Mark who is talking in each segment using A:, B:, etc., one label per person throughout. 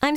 A: I'm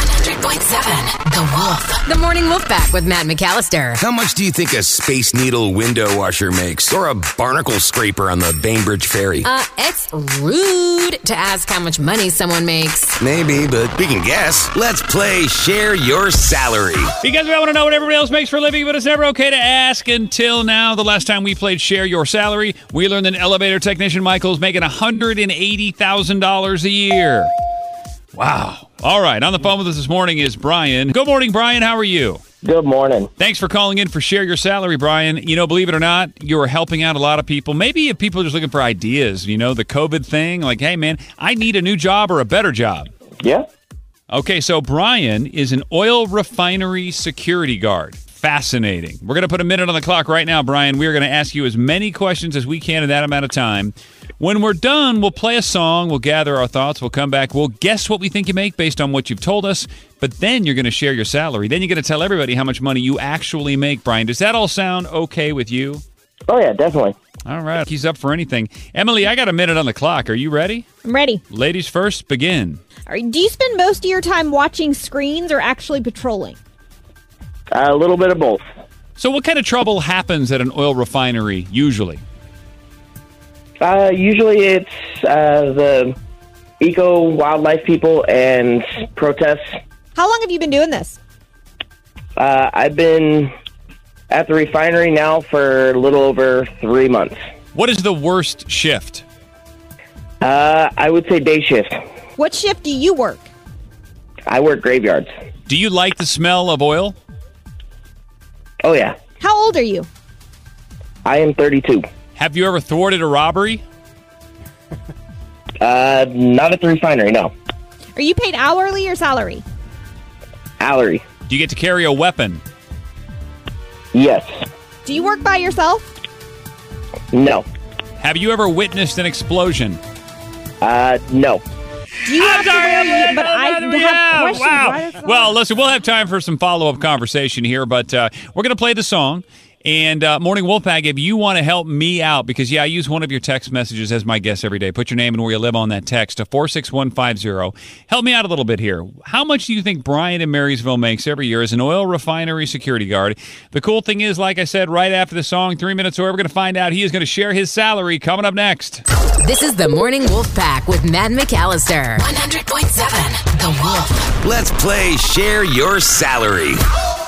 B: 100.7 The Wolf. The Morning Wolf Pack with Matt McAllister.
C: How much do you think a Space Needle window washer makes? Or a barnacle scraper on the Bainbridge Ferry?
B: Uh, it's rude to ask how much money someone makes.
C: Maybe, but we can guess. Let's play Share Your Salary.
D: Because we all want to know what everybody else makes for a living, but it's never okay to ask until now. The last time we played Share Your Salary, we learned that elevator technician Michael's making $180,000 a year. Wow. All right. On the phone with us this morning is Brian. Good morning, Brian. How are you?
E: Good morning.
D: Thanks for calling in for Share Your Salary, Brian. You know, believe it or not, you are helping out a lot of people. Maybe if people are just looking for ideas, you know, the COVID thing, like, hey, man, I need a new job or a better job.
E: Yeah.
D: Okay, so Brian is an oil refinery security guard. Fascinating. We're going to put a minute on the clock right now, Brian. We are going to ask you as many questions as we can in that amount of time. When we're done, we'll play a song, we'll gather our thoughts, we'll come back, we'll guess what we think you make based on what you've told us, but then you're going to share your salary. Then you're going to tell everybody how much money you actually make, Brian. Does that all sound okay with you?
E: Oh yeah, definitely.
D: All right, he's up for anything. Emily, I got a minute on the clock. Are you ready?
F: I'm ready.
D: Ladies first, begin.
F: All right. Do you spend most of your time watching screens or actually patrolling?
E: a little bit of both.
D: So, what kind of trouble happens at an oil refinery usually?
E: Uh, usually, it's uh, the eco wildlife people and protests.
F: How long have you been doing this?
E: Uh, I've been at the refinery now for a little over three months.
D: What is the worst shift?
E: Uh, I would say day shift.
F: What shift do you work?
E: I work graveyards.
D: Do you like the smell of oil?
E: Oh yeah,
F: How old are you?
E: I am 32.
D: Have you ever thwarted a robbery?
E: Uh, not at the refinery, no.
F: Are you paid hourly or salary?
E: Allery.
D: Do you get to carry a weapon?
E: Yes.
F: Do you work by yourself?
E: No.
D: Have you ever witnessed an explosion?
E: Uh, no.
F: Do you have to wear you- But I have questions. Why
D: Wow.
F: does-
D: Well, listen, we'll have time for some follow up conversation here, but uh, we're going to play the song. And uh, Morning Wolfpack, if you want to help me out, because yeah, I use one of your text messages as my guest every day. Put your name and where you live on that text to 46150. Help me out a little bit here. How much do you think Brian in Marysville makes every year as an oil refinery security guard? The cool thing is, like I said, right after the song, three minutes or we're going to find out he is going to share his salary coming up next.
B: This is the Morning Wolf Pack with Matt McAllister. 100.7 The Wolf.
C: Let's play Share Your Salary.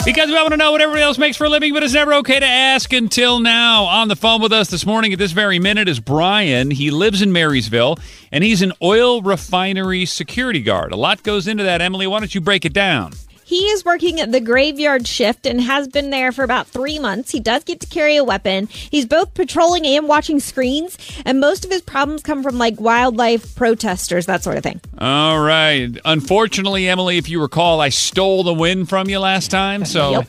D: Because we want to know what everybody else makes for a living, but it's never okay to ask until now. On the phone with us this morning at this very minute is Brian. He lives in Marysville and he's an oil refinery security guard. A lot goes into that, Emily. Why don't you break it down?
F: He is working the graveyard shift and has been there for about three months. He does get to carry a weapon. He's both patrolling and watching screens, and most of his problems come from like wildlife protesters, that sort of thing.
D: All right. Unfortunately, Emily, if you recall, I stole the win from you last time. So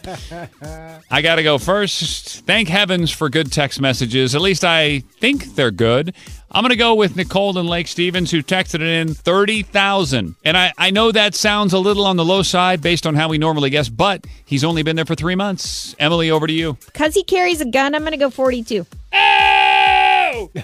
D: I got to go first. Thank heavens for good text messages. At least I think they're good. I'm going to go with Nicole and Lake Stevens, who texted in 30,000. And I, I know that sounds a little on the low side based on how we normally guess, but he's only been there for three months. Emily, over to you.
F: Because he carries a gun, I'm going to go 42.
D: Oh!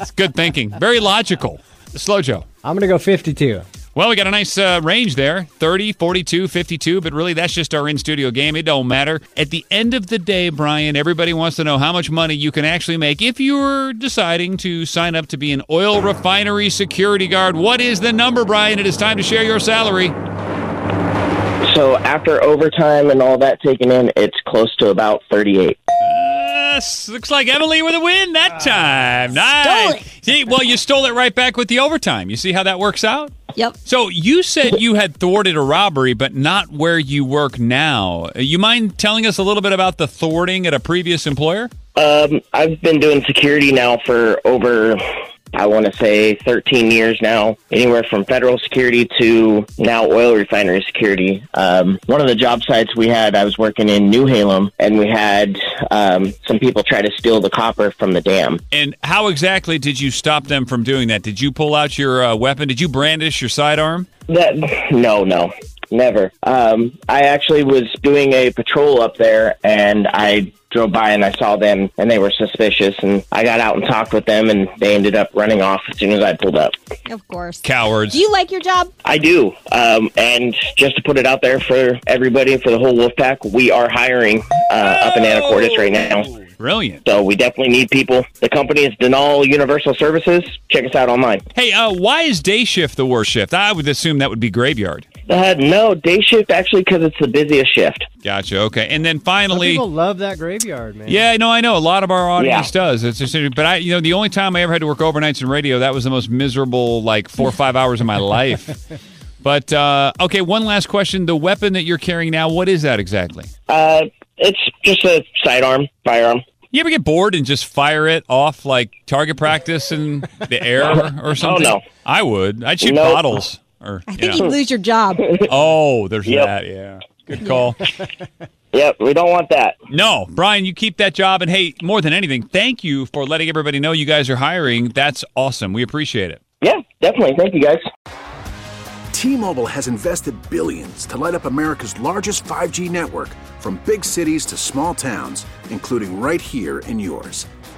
D: It's good thinking. Very logical. Slow Joe.
G: I'm going to go 52.
D: Well, we got a nice uh, range there 30, 42, 52, but really that's just our in studio game. It don't matter. At the end of the day, Brian, everybody wants to know how much money you can actually make if you're deciding to sign up to be an oil refinery security guard. What is the number, Brian? It is time to share your salary.
E: So after overtime and all that taken in, it's close to about 38.
D: Yes, looks like Emily with a win that time. Nice. See, well, you stole it right back with the overtime. You see how that works out?
F: Yep.
D: So you said you had thwarted a robbery, but not where you work now. Uh, You mind telling us a little bit about the thwarting at a previous employer?
E: Um, I've been doing security now for over, I want to say, 13 years now, anywhere from federal security to now oil refinery security. Um, one of the job sites we had, I was working in New Halem, and we had um, some people try to steal the copper from the dam.
D: And how exactly did you stop them from doing that? Did you pull out your uh, weapon? Did you brandish your sidearm?
E: That no, no, never. Um, I actually was doing a patrol up there, and I drove by and I saw them, and they were suspicious. And I got out and talked with them, and they ended up running off as soon as I pulled up.
F: Of course.
D: Cowards.
F: Do you like your job?
E: I do. Um, and just to put it out there for everybody, for the whole Wolfpack, we are hiring uh, up in Anacortes right now.
D: Brilliant.
E: So we definitely need people. The company is Denal Universal Services. Check us out online.
D: Hey, uh, why is day shift the worst shift? I would assume that would be graveyard.
E: Uh, no, day shift actually because it's the busiest shift.
D: Gotcha. Okay. And then finally,
G: People love that graveyard, man.
D: Yeah, no, I know. A lot of our audience
E: Yeah.
D: does. It's just, but I, you know, the only time I ever had to work overnights in radio, that was the most miserable, like four or five hours of my life. But uh, okay, one last question: the weapon that you're carrying now, what is that exactly?
E: Uh, it's just a sidearm, firearm.
D: You ever get bored and just fire it off like target practice in the air or something?
E: Oh, no.
D: I would. I'd shoot
E: No.
D: bottles. Or
F: I
D: you
F: think
D: know.
F: you'd lose your job.
D: oh, there's
E: Yep.
D: that. Yeah, good call.
E: Yep, we don't want that.
D: No, Brian, you keep that job. And hey, more than anything, thank you for letting everybody know you guys are hiring. That's awesome. We appreciate it.
E: Yeah, definitely. Thank you, guys.
H: T-Mobile has invested billions to light up America's largest 5G network from big cities to small towns, including right here in yours.